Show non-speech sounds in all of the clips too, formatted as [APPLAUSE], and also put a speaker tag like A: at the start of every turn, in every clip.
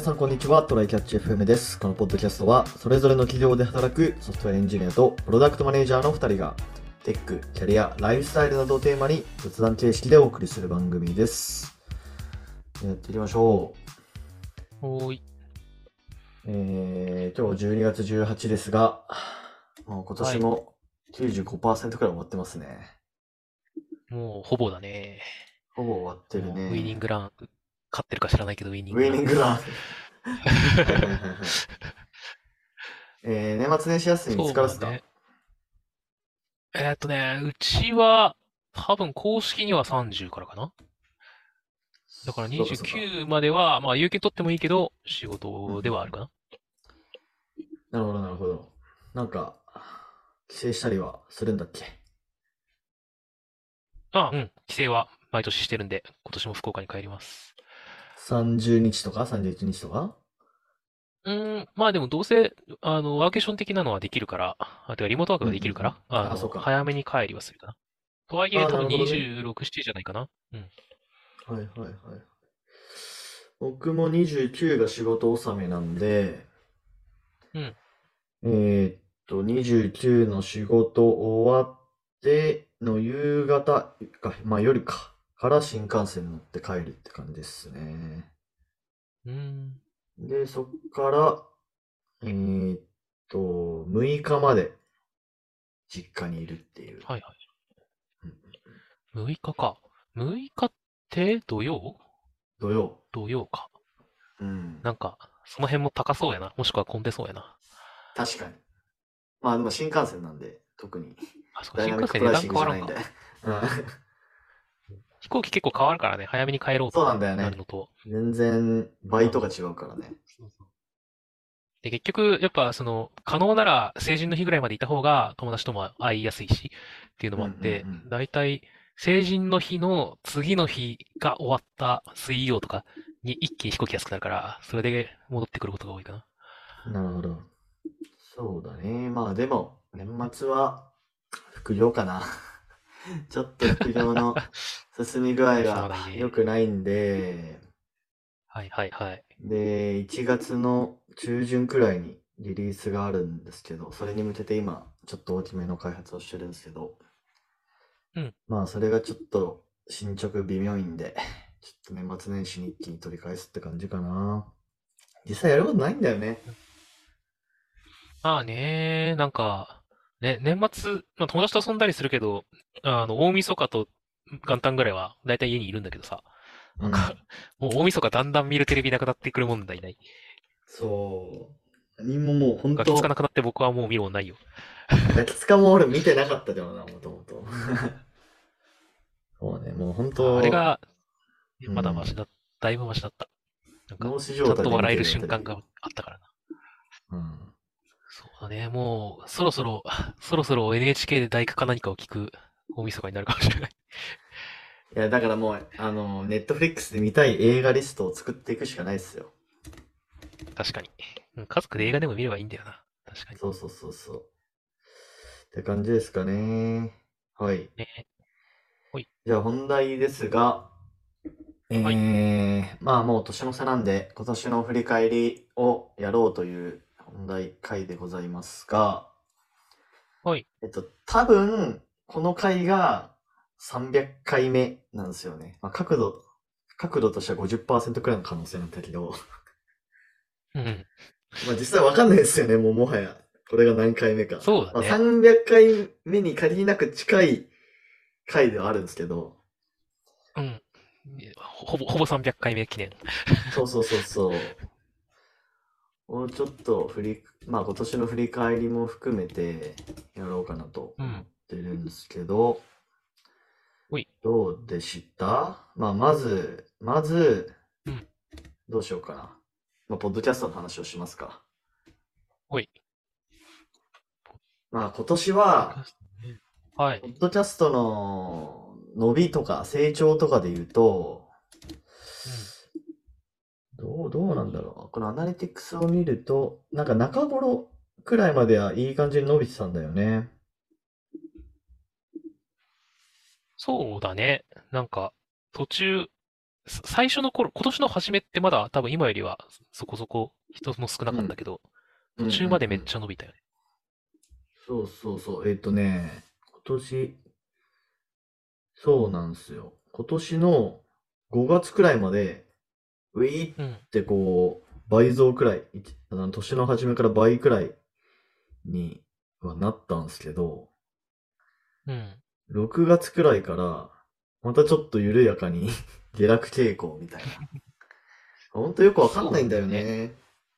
A: さんこんにちは、トライキャッチ FM です。このポッドキャストは、それぞれの企業で働くソフトウェアエンジニアとプロダクトマネージャーの2人が、テック、キャリア、ライフスタイルなどをテーマに、雑談形式でお送りする番組です。やっていきましょう。
B: おーい。
A: えー、今日12月18日ですが、もう今年も95%くらい終わってますね。
B: もうほぼだね。
A: ほぼ終わってるね。
B: もうウィニングラン、勝ってるか知らないけど、ウィニン
A: ウ
B: グラ
A: ィ
B: ン。
A: ニン
B: [LAUGHS]
A: グラン。はいはいはいはいえー、年末年始休み見つからす
B: そう
A: か
B: だね。えーっとね、うちは、多分公式には30からかな。だから
A: そうかそうか
B: 29までは、まあ、有給取ってもいいけど、仕事ではあるか
A: な
B: な。
A: るほど、なるほど。なんか、帰省したりはするんだっけ
B: あ、うん。帰省は毎年してるんで、今年も福岡に帰ります。
A: ?30 日とか ?31 日とか
B: うーん、まあでもどうせ、あの、ワーケーション的なのはできるから、あ、てかリモートワークができるから、
A: うんうんうん
B: あ
A: あ
B: の、
A: そうか
B: 早めに帰りはするかな。とはいえ、
A: あ
B: 多分
A: なるほどね
B: 26、7じゃないかな。うん。
A: はいはいはい。僕も29が仕事納めなんで、
B: うん
A: えーっと、29の仕事終わっての夕方か、まあ夜か、から新幹線に乗って帰るって感じですね。
B: うーん。
A: で、そっから、えーっと、6日まで実家にいるっていう。
B: はい
A: うん
B: はい。6日か。6日って土曜
A: 土曜。
B: 土曜か。
A: うん。
B: なんか、その辺も高そうやな。もしくは混んでそうやな。
A: 確かに。まあでも新幹線なんで、特に。
B: あ、そうか、
A: ダイ
B: 新
A: ナミッ
B: 幹
A: クプ
B: 線値
A: ライシン
B: 段変
A: グじゃ
B: わら
A: ない
B: ん
A: ん
B: か
A: で。。
B: 飛行機結構変わるからね。早めに帰ろうと
A: そうなんだよね
B: なるのと。
A: [LAUGHS] うん全然倍とか違うからね。
B: で、結局、やっぱ、その、可能なら成人の日ぐらいまでいた方が友達とも会いやすいし、っていうのもあって
A: うんうんうん、
B: だいたい成人の日の次の日が終わった水曜とかに一気に飛行機安くなるから、それで戻ってくることが多いかな。
A: なるほど。そうだね。まあでも、年末は副業かな。 [LAUGHS] ちょっと副業の進み
B: [LAUGHS]
A: 具合
B: しょう
A: が
B: がないね
A: 良くないんで、
B: はいはいはい。
A: で、1月の中旬くらいにリリースがあるんですけど、それに向けて今、ちょっと大きめの開発をしてるんですけど、
B: うん
A: まあ、それがちょっと進捗微妙いんで、 [LAUGHS] ちょっと年末年始に一気に取り返すって感じかな。実際やることないんだよね。
B: まあね、なんか、ね、年末、まあ、友達と遊んだりするけど、あの、大晦日と元旦ぐらいは、だいたい家にいるんだけどさ、
A: うん、
B: もう大晦日だんだん見るテレビなくなってくる問題ない。
A: そう。何ももう本
B: ガキ
A: 当
B: つかなくなって僕はもう見るもんないよ。
A: ガキつかも俺見てなかったでもな、もとも
B: [LAUGHS]
A: と。そうね、もう本当
B: あれが、
A: うん
B: まだマシだ、だいぶマシだった。なんか、
A: 脳死状
B: ちゃ
A: 態
B: ん
A: で
B: と
A: 見
B: 笑
A: て
B: え
A: る
B: る瞬間が
A: テレ
B: あったからな。
A: ビうん。
B: そうだね、もう、そろそろ、そろそろ NHK で大工か何かを聞く大晦日になるかもしれない。
A: いや、だからもう、あの、ネットフリックスで見たい映画リストを作っていくしかないですよ。
B: 確かに。うん家族で映画でも見ればいいんだよな。確かに。
A: そうそうそうそう。って感じですかね。はい。
B: ね。はい
A: じゃあ本題ですが、えー
B: は
A: まあもう年の差なんで、今年の振り返りをやろうという本題回でございますが、
B: はい。
A: えっと、多分、この回が300回目なんですよね。まあ、角度、角度としては50%くらいの可能性なんだけど、 [LAUGHS]
B: うん。
A: まあ実際わかんないですよね、もうもはや。これが何回目か。
B: そうだ
A: まあ、
B: ね。
A: 300回目に限りなく近い回ではあるんですけど、
B: うん。ほぼ、ほぼ300回目記念。
A: そうそうそうそう。
B: [LAUGHS]
A: もうちょっと振り、まあ今年の振り返りも含めてやろうかなと
B: うん
A: 思ってるんですけど、
B: ほい
A: どうでしたまあまず、まず
B: うん、
A: どうしようかな。まあ、ポッドキャストの話をしますか。
B: ほい。
A: まあ今年は、
B: はい
A: ポ。ッドキャストの伸びとか成長とかで言うと、どう、どうなんだろう。このアナリティクスを見ると、なんか中頃くらいまではいい感じに伸びてたんだよね。
B: そうだね。なんか、途中、さ最初の頃、今年の初めってまだ多分今よりはそこそこ人も少なかったけど、途中までめっちゃ伸びたよね。
A: そうそうそう。えっとね、今年、そうなんですよ。今年の5月くらいまで、ウィーっ
B: うん。
A: てこう、倍増くらい、いちあの年の初めから倍くらいにはなったんですけど、
B: うん。
A: 6月くらいから、またちょっと緩やかに [LAUGHS] 下落傾向みたい [LAUGHS] な。ほんとよくわかんないんだよね。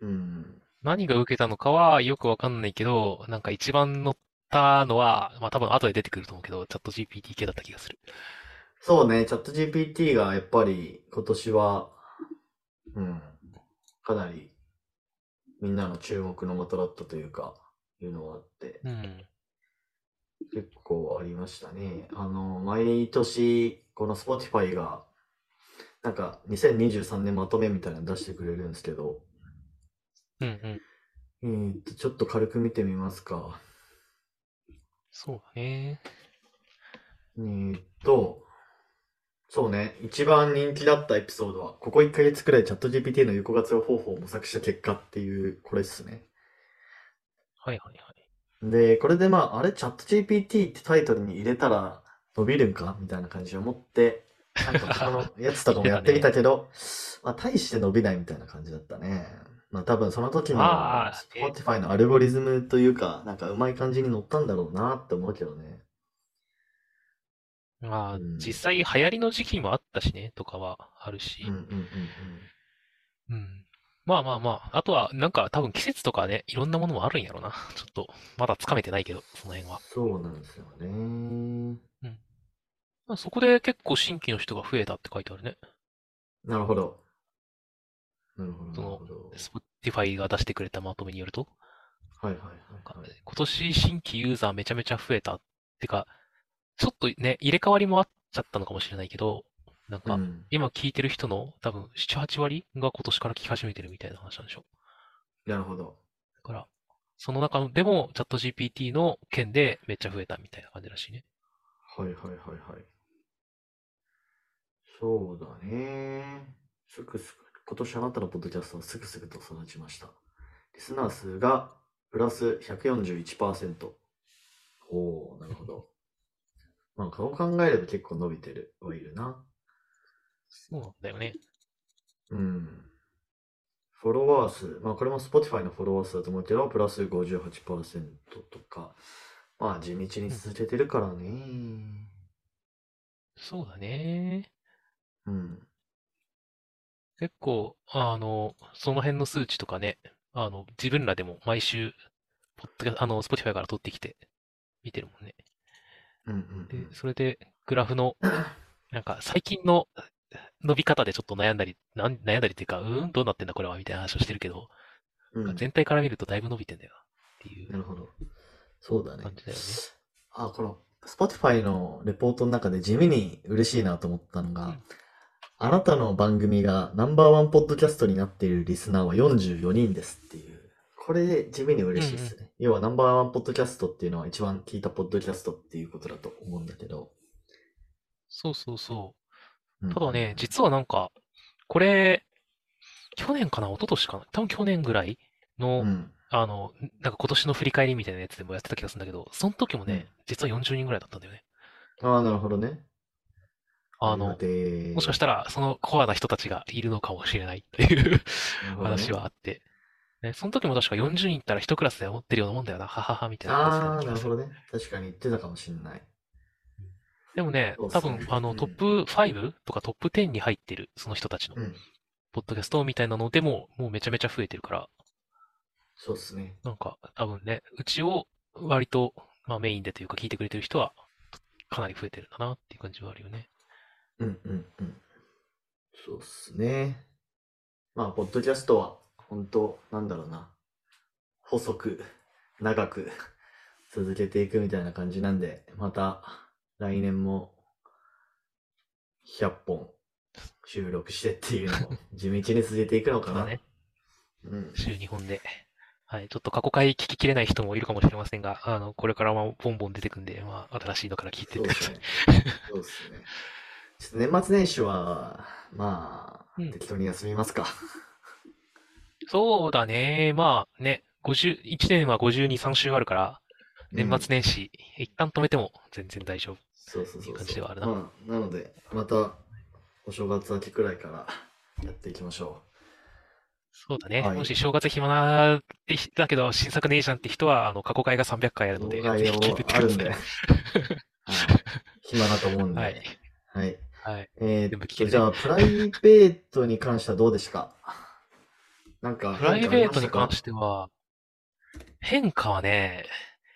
A: うん。
B: 何が受けたのかはよくわかんないけど、なんか一番乗ったのは、まあ多分後で出てくると思うけど、チャット GPT 系だった気がする。
A: そうね、チャット GPT がやっぱり今年は、うん、かなりみんなの注目の的だったというか、いうのはあって、
B: うん。
A: 結構ありましたね。あの、毎年、この Spotify が、なんか2023年まとめみたいなの出してくれるんですけど、
B: うんうん。
A: えーっと、ちょっと軽く見てみますか。
B: そうだね。
A: えーっと、そうね、一番人気だったエピソードは、ここ1ヶ月くらいチャット GPT の有効活用方法を模索した結果っていう、これっすね。
B: はいはいはい。
A: で、これでまあ、あれ、チャット GPT ってタイトルに入れたら伸びるんかみたいな感じを思って、なんか他のやつとかもやってみたけ
B: [LAUGHS]
A: ど、まあ、大して伸びないみたいな感じだったね。まあ、多分その時の
B: まあえ
A: Spotify のアルゴリズムというか、なんかうまい感じに乗ったんだろうなって思うけどね。
B: まあ
A: う、ん
B: 実際流行りの時期もあったしね、とかはあるし
A: うん。うんうんうん。
B: うん。まあまあまあ。あとは、なんか多分季節とかね、いろんなものもあるんやろな。 [LAUGHS] ちょっと、まだつかめてないけど、その辺は。
A: そうなんですよね。
B: まあそこで結構新規の人が増えたって書いてあるね。
A: なるほど。なるほど、
B: そ
A: なる
B: の
A: ほど。
B: Spotify が出してくれたまとめによると、
A: はいはい
B: なんか
A: はい、はい。
B: 今年新規ユーザーめちゃめちゃ増えた。てか、ちょっとね、入れ替わりもあっちゃったのかもしれないけど、なんか
A: う、ん
B: 今聞いてる人の多分7、8割が今年から聞き始めてるみたいな話なんでしょ。
A: なるほど。
B: だから、その中でもチャット GPT の件でめっちゃ増えたみたいな感じらしいね。
A: はいはいはいはい。そうだね。すくすく、今年あなたのポッドキャストはすぐすぐと育ちました。リスナー数がプラス141%。おー、なるほど。まあ、顔考えれば結構伸びてるはいるな。
B: そうなんだよね。
A: うん。フォロワー数、まあこれも Spotify のフォロワー数だと思うけど、プラス58%とか、まあ地道に続けてるからね。
B: そうだね。
A: うん。
B: 結構、あの、その辺の数値とかね、あの、自分らでも毎週、ポッドキャあの、Spotify から取ってきて、見てるもんね。
A: うんうんう
B: で
A: ん、。
B: それで、グラフの、なんか、最近の伸び方でちょっと悩んだり、なん悩んだりっていうか、うーん、どうなってんだこれは、みたいな話をしてるけど、
A: うん
B: なんか全体から見るとだいぶ伸びてんだよな、っていう
A: なるほど。そうだね。
B: 感じだよね。
A: あ、この Spotify のレポートの中で地味に嬉しいなと思ったのが、
B: うん
A: あなたの番組がナンバーワンポッドキャストになっているリスナーは44人ですっていう。これで地味に嬉しいですね。要はナンバーワンポッドキャストっていうのは一番聞いたポッドキャストっていうことだと思うんだけど。
B: そうそうそう。
A: うん
B: ただね、実はなんか、これ、去年かな、一昨年かな、多分去年ぐらいの、
A: うん。
B: あの、なんか今年の振り返りみたいなやつでもやってた気がするんだけど、その時もね、実は40人ぐらいだったんだよね。
A: ああ、なるほどね。
B: あの、
A: で
B: もしかしたたら、そのコアな人たちがいるのかもしれないっていう [LAUGHS]
A: ら
B: 話はあって。ね、その時も確か40人いったら一クラスで思ってるようなもんだよな、ははは、みたいな感じだっ
A: ああ
B: た
A: ー、
B: 気が
A: なる
B: す
A: ほどね。確かに言ってたかもしれない。
B: でもね
A: そう、
B: 多
A: そう
B: 分、あ
A: う
B: の、
A: ん
B: トップ5とかトップ10に入ってる、その人たちの
A: う、ん。
B: ポッドキャストみたいなのでも、もうめちゃめちゃ増えてるから、
A: そうですね。
B: なんか、多分ね、うちを割と、まあメインでというか聞いてくれてる人は、かなり増えてるんだなっていう感じはあるよね。
A: うんうんうん。そうっすね。まあ、ポッドキャストは、本当なんだろうな。細く、長く、 [LAUGHS] 続けていくみたいな感じなんで、また、来年も、100本、収録してっていう
B: [LAUGHS]
A: のを、地道に続けていくのか
B: そう
A: な。
B: だね
A: うん。
B: 週2本で。はい。ちょっと過去回聞ききれない人もいるかもしれませんが、あの、これからもボンボン出てくんで、まあ、新しいのから聞いて
A: そ
B: っ
A: う
B: て
A: で
B: くだ
A: す
B: さい。
A: ね。そうっすね。ちょっと年末年始は、まあ、
B: うん
A: 適当に休みますか。
B: そうだね。まあね、50、1年は52、3週あるから、年
A: うん
B: 末年始、一旦止めても全然大丈夫。
A: そうそう
B: って
A: そ
B: いう
A: う
B: 感
A: そ
B: じ
A: う。
B: ではあるな
A: まあ、なので、また、お正月明けくらいからやっていきましょ
B: そうだね。
A: はい
B: もし正月暇なって人だけど、新作ねえじゃんって人は、あの、過去回が300回あ
A: う。
B: るので、
A: 動画
B: ぜひ聞い
A: 用
B: てって
A: あ
B: くだ
A: るん
B: さい。
A: で。はい暇だと思うんで。
B: は
A: はいい。
B: はい。
A: え
B: 全
A: ー
B: 部
A: っ
B: 聞け
A: と、
B: る
A: じゃあ、プライベートに関してはどうでしたかなんか、
B: プライベートに関
A: て、
B: しては、変化はね、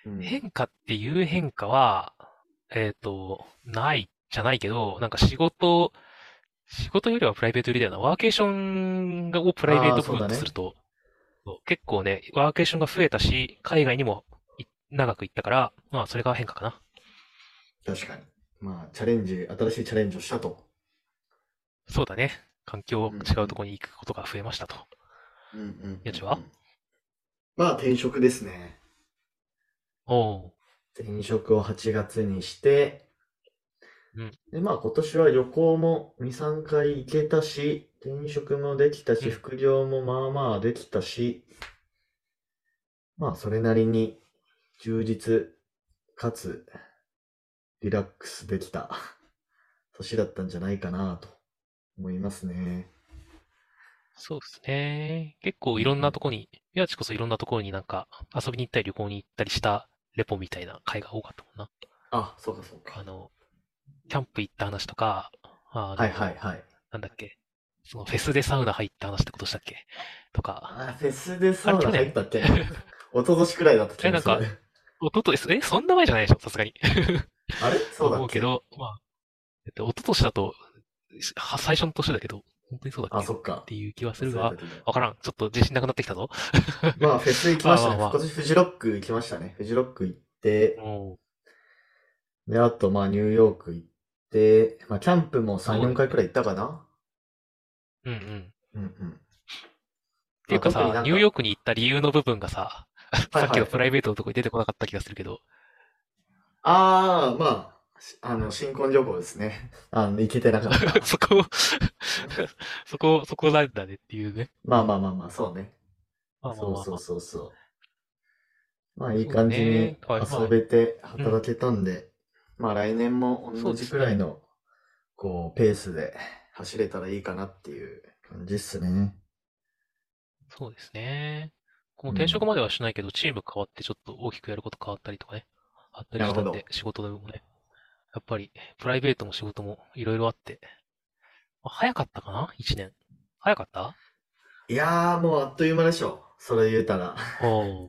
A: うん
B: 変化っていう変化は、えっ、と、ないじゃないけど、なんか仕事、仕事よりはプライベートよりだよな。ワーケーションをプライベート部分とすると、そう結構ね、ワーケーションが増えたし、海外にもい長く行ったから、まあそれが変化かな。
A: 確かに。まあ、チャレンジ、新しいチャレンジをしたと。
B: そうだね。環境
A: うん
B: 違うところに行くことが増えましたと。
A: うんうんうんうん
B: やつは
A: まあ、転職ですね。
B: おう。
A: 転職を8月にして、
B: うん
A: で、まあ今年は旅行も2、3回行けたし、転職もできた
B: うん
A: し、副業もまあまあできたし、まあそれなりに充実かつリラックスできた年だったんじゃないかなと思いますね。
B: そうですね。結構いろんなとこに、宮地こそいろんなところになんか遊びに行ったり旅行に行ったりしたレポみたいな会が多かったもんな。
A: あ、そうかそう
B: あ
A: か。
B: の、キャンプ行った話とか、あの
A: はいはいはい。
B: なんだっけ、そのフェスでサウナ入った話ってことしたっけとか、
A: あ、フェスでサウナ
B: あ去年
A: 入ったっけ [LAUGHS] 一昨年くらいだった気
B: えな
A: が
B: ん
A: す
B: か
A: る。
B: おととえ、そんな前じゃないでしょ、さすがに。
A: [LAUGHS] あれそうだっ
B: 思う
A: け
B: けど、まあ、えっと、一昨年だと、は最初の年だけど、本当にそうだ
A: あ、
B: っけ
A: そ
B: っ
A: っか。
B: ていう気はす
A: そう
B: る
A: だ
B: が、
A: けど
B: わからん。ちょっと自信なくなってきたぞ。
A: まあ、
B: [LAUGHS]
A: フェス行きましたね。
B: まあまあまあ
A: 今年フジロック行きましたね。フジロック行って、
B: も
A: で、あと、まあ、ニューヨーク行って、まあ、キャンプも3、4回くらい行ったかな。
B: う、うんうん。
A: うんうん。
B: っていうか
A: まあ特になん
B: さ、
A: か
B: ニューヨークに行った理由の部分がさ、
A: はい
B: さっきのプライベートのとこに出てこなかった気がするけど、 [LAUGHS]
A: ああ、まあ、しあの、新婚旅行ですね。 [LAUGHS] あの、行けてなか
B: [LAUGHS]
A: った。
B: そこ、そこ、 [LAUGHS] そこなんだねっていうね。
A: まあまあまあまあ、そうね。
B: まあまあ
A: そ
B: まあ
A: う
B: ま
A: そう
B: あ。
A: そうそう。まあ、いい感じに
B: そうねはい
A: 遊べて働けたんで、まあ、来年も同じくらいの、こう、ペースで走れたらいいかなっていう感じっすね。
B: そうですね。こ
A: う
B: の
A: ん
B: 転職まではしないけど、チーム変わってちょっと大きくやること変わったりとかね、あったりしたん
A: なるほ
B: で、仕事でもね、やっぱりプライベートも仕事もいろいろあって、まあ早かったかな ?1 年。早かった
A: いやー、もうあっという間でしょ。それ言うた
B: [LAUGHS]
A: ら。
B: おー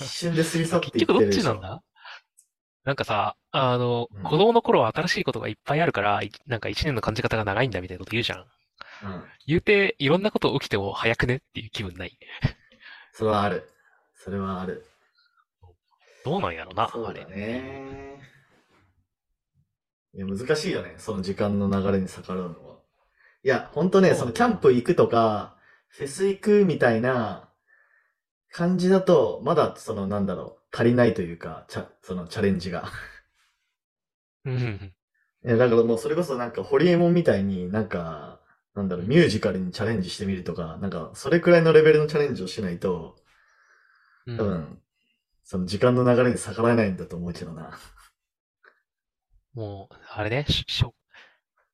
A: 一瞬で過ぎ去って
B: [LAUGHS] 結
A: いって
B: 局ど
A: る
B: っ
A: でし
B: ち
A: ょ。
B: なんだなんかさ、あの
A: うん、
B: 子供の頃は新しいことがいっぱいあるから、いなんか1年の感じ方が長いんだみたいなこと言うじゃん。
A: うん。
B: 言うて、いろんなこと起きても早くねっていう気分ない。
A: それはある。それはある。
B: どうなんやろな、
A: そう
B: あ
A: だ
B: れ。
A: ね。いや、難しいよね。その時間の流れに逆らうのは。いや、ほんとね、
B: そう
A: そ
B: だね
A: のキャンプ行くとか、フェス行くみたいな感じだと、まだその、なんだろう、足りないというか、チャ、そのチャレンジが。 [LAUGHS]
B: うんうん
A: え、だからもうそれこそなんかホリエモンみたいになんか、なんだろう、ミュージカルにチャレンジしてみるとか、なんかそれくらいのレベルのチャレンジをしないと、
B: うん。
A: 多分、その時間の流れに逆らえないんだと思うけどな。
B: もう、あれね、し、しょ、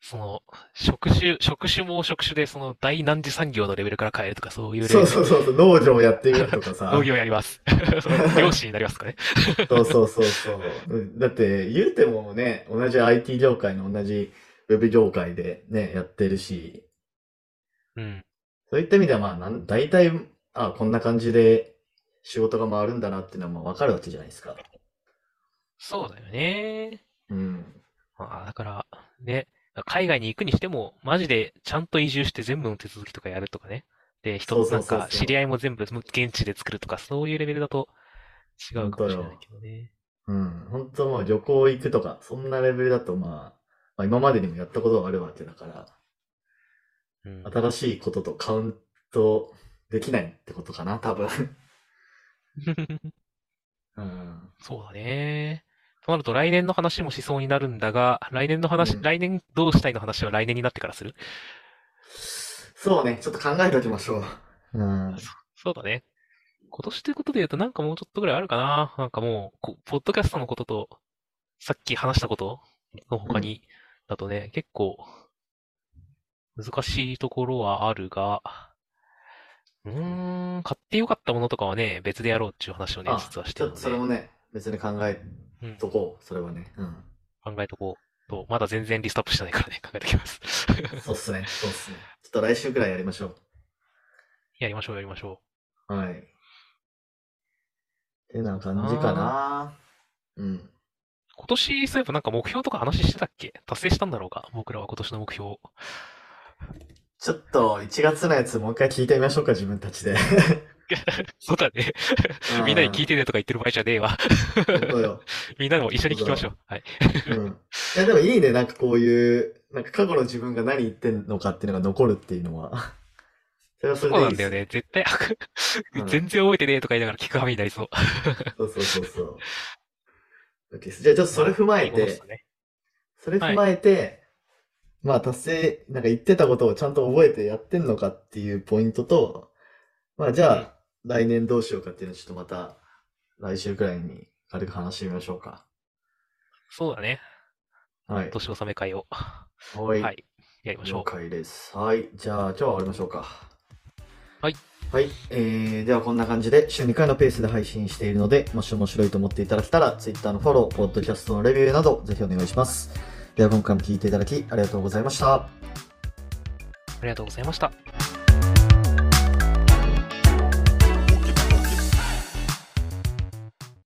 B: その、職種、職種も職種で、その、大難事産業のレベルから変えるとか、そういうレベ
A: そ
B: ル
A: うそうそうそう、農場やってみるとかさ
B: 農。業や
A: [LAUGHS]
B: ります。漁師になりますとかね。
A: そうそうそうそう。だって言うてもね、同じ IT 業界の同じウェブ業界でね、やってるし、
B: うん。
A: そういった意味では、まあ、なん、大体、あ、こんな感じで仕事が回るんだなっていうのはもうわかるわけじゃないですか。
B: そうだよね。
A: うん。
B: まあ、だから、ね、海外に行くにしても、マジで、ちゃんと移住して全部の手続きとかやるとかね。で、人、
A: そうそう
B: なん
A: そう
B: か、
A: そう
B: 知り合いも全部、現地で作るとか、そういうレベルだと、違うかもしれないけどね。
A: うん、本当もう旅行行くとか、そんなレベルだと、まあ、まあ今までにもやったことがあるわけだから、
B: うん。
A: 新しいこととカウントできないってことかな、多分。うん。
B: そうだね。となると来年の話もしそうになるんだが、来年の話、
A: うん
B: 来年どうしたいの話は来年になってからする。
A: そうね、ちょっと考えておきましょう。うん。
B: そうだね。今年ということで言うとなんかもうちょっとぐらいあるかな。なんかもう、こポッドキャストのことと、さっき話したことの他に、だとね、結構、難しいところはあるが、うーん、買ってよかったものとかはね、別でやろうっていう話をね、
A: あ
B: 実はして
A: ちょっ
B: るの
A: と
B: で、
A: それもね、別に考え
B: うん、
A: とこう、それはね。 [LAUGHS] うん。
B: 考えとこうと、まだ全然リストアップしてないからね、考えておきます。
A: そうっすね、そうっすね。ちょっと来週くらいやりましょ
B: やりましょう、やりましょ
A: う。はい。ってな感じかな。うん。
B: う。今年、そういえばなんか目標とか話してたっけ達成したんだろうか僕らは今年の目標。
A: ちょっと、1月のやつもう一回聞いてみましょうか、自分たちで。
B: [LAUGHS] そうだね。 [LAUGHS] みんなに聞い
A: て。
B: てねとか言ってる場合じゃねえわ。
A: [LAUGHS] 本当よ。
B: みんなのも一緒に聞きましょう。はい。
A: うん。いや、でもいいね、なんかこういう、なんか過去の自分が何言ってんのかっていうのが残るっていうのは。それはそ
B: そう
A: れでいいっ
B: なん
A: す
B: だよ。ね。絶対、
A: うん
B: 全然覚えてねえとか言いながら聞くはめになりそう。
A: そうそうそうそう。オッケーですじゃあちょっとそれ踏まえ
B: 戻す
A: て
B: と、ね
A: それ踏まえて、まあ達成、なんか言ってたことをちゃんと覚えてやってんのかっていうポイントと、まあじ
B: うん
A: ゃあ来年どうしようかっていうのをちょっとまた来週くらいに軽く話してみましょうか。
B: そうだね。
A: はい。
B: 年納め会を。
A: は
B: はい。やりましょ
A: 了
B: う。
A: 解です。はい。じゃあ、今日は終わりましょうか。
B: はい。
A: はい。えー、ではこんな感じで、週2回のペースで配信しているので、もし面白いと思っていただけたら、Twitter のフォロー、ポッドキャストのレビューなど、ぜひお願いします。では、今回も聞いていただき、ありがとうございました。
B: ありがとうございました。